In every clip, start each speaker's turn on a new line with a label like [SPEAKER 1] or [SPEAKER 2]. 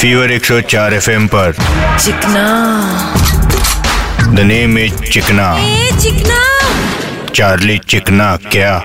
[SPEAKER 1] Fever 104 FM पर
[SPEAKER 2] Chikna
[SPEAKER 1] the name is Chikna
[SPEAKER 2] a Chikna
[SPEAKER 1] Charlie Chikna क्या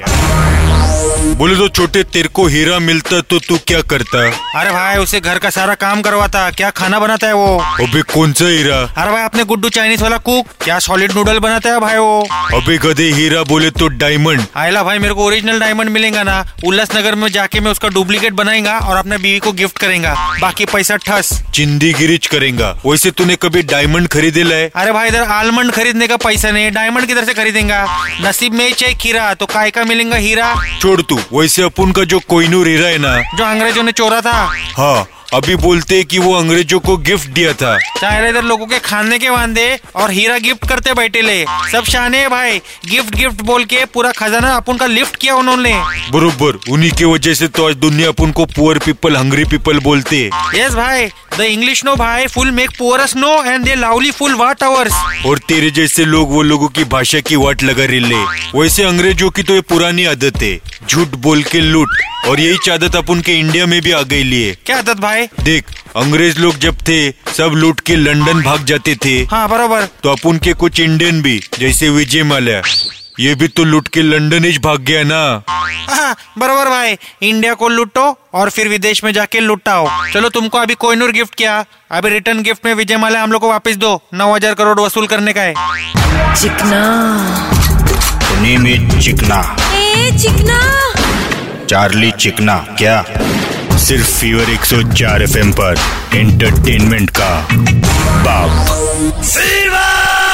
[SPEAKER 3] बोले तो छोटे तेरे को हीरा मिलता तो तू क्या करता
[SPEAKER 4] अरे भाई उसे घर का सारा काम करवाता क्या खाना बनाता है वो
[SPEAKER 3] अबे कौन सा हीरा
[SPEAKER 4] अरे भाई अपने गुड्डू चाइनीज वाला कुक क्या सॉलिड नूडल बनाता है भाई वो
[SPEAKER 3] अबे गधे हीरा बोले तो डायमंड
[SPEAKER 4] आयला भाई मेरे को ओरिजिनल डायमंड मिलेगा ना उल्लासनगर में जाके मैं उसका डुप्लीकेट बनाएगा और अपने बीवी को गिफ्ट करेगा बाकी पैसा ठस
[SPEAKER 3] चिंदी गिरिज करेगा वैसे तूने कभी डायमंड खरीदेला है
[SPEAKER 4] अरे भाई इधर आलमंड खरीदने का पैसा नहीं डायमंड किधर से खरीदेगा नसीब में ही चाहिए खीरा तो काय का मिलेगा हीरा
[SPEAKER 3] छोड़ तू वैसे अपन का जो कोहिनूर हीरा है ना
[SPEAKER 4] जो अंग्रेजों ने चोरा था
[SPEAKER 3] हाँ अभी बोलते हैं कि वो अंग्रेजों को गिफ्ट दिया था
[SPEAKER 4] चाहे इधर लोगों के खाने के वादे और हीरा गिफ्ट करते बैठे ले सब शाने हैं भाई गिफ्ट गिफ्ट बोल के पूरा खजाना अपन का लिफ्ट किया उन्होंने
[SPEAKER 3] बरोबर उन्हीं की वजह से तो आज दुनिया अपन को पुअर पीपल हंग्री पीपल बोलते है
[SPEAKER 4] यस भाई द इंग्लिश नो भाई full make पोअरस no and they lovely full what hours
[SPEAKER 3] और तेरे जैसे लोग वो लोगों की भाषा की वाट लगा रिले वैसे अंग्रेजों की तो ये पुरानी आदत है झूठ बोल के लूट और यही चादत अपन के इंडिया में भी आ गई लिए
[SPEAKER 4] क्या आदत भाई
[SPEAKER 3] देख अंग्रेज लोग जब थे सब लूट के लंदन भाग जाते थे
[SPEAKER 4] हाँ बरोबर
[SPEAKER 3] तो अपन के कुछ इंडियन भी जैसे विजय माल्या ये भी तो लूट के लंदन ही भाग गया ना
[SPEAKER 4] हाँ, बरोबर भाई इंडिया को लूटो और फिर विदेश में जाके लुटाओ चलो तुमको अभी कोहिनूर गिफ्ट किया अभी रिटर्न गिफ्ट में विजय माला हम लोग को वापस दो नौ हजार करोड़ वसूल करने का है
[SPEAKER 2] Chikna
[SPEAKER 1] the name is Chikna
[SPEAKER 2] a Chikna
[SPEAKER 1] Charlie Chikna क्या सिर्फ फीवर 104 एफएम पर एंटरटेनमेंट का बाप
[SPEAKER 5] Silva!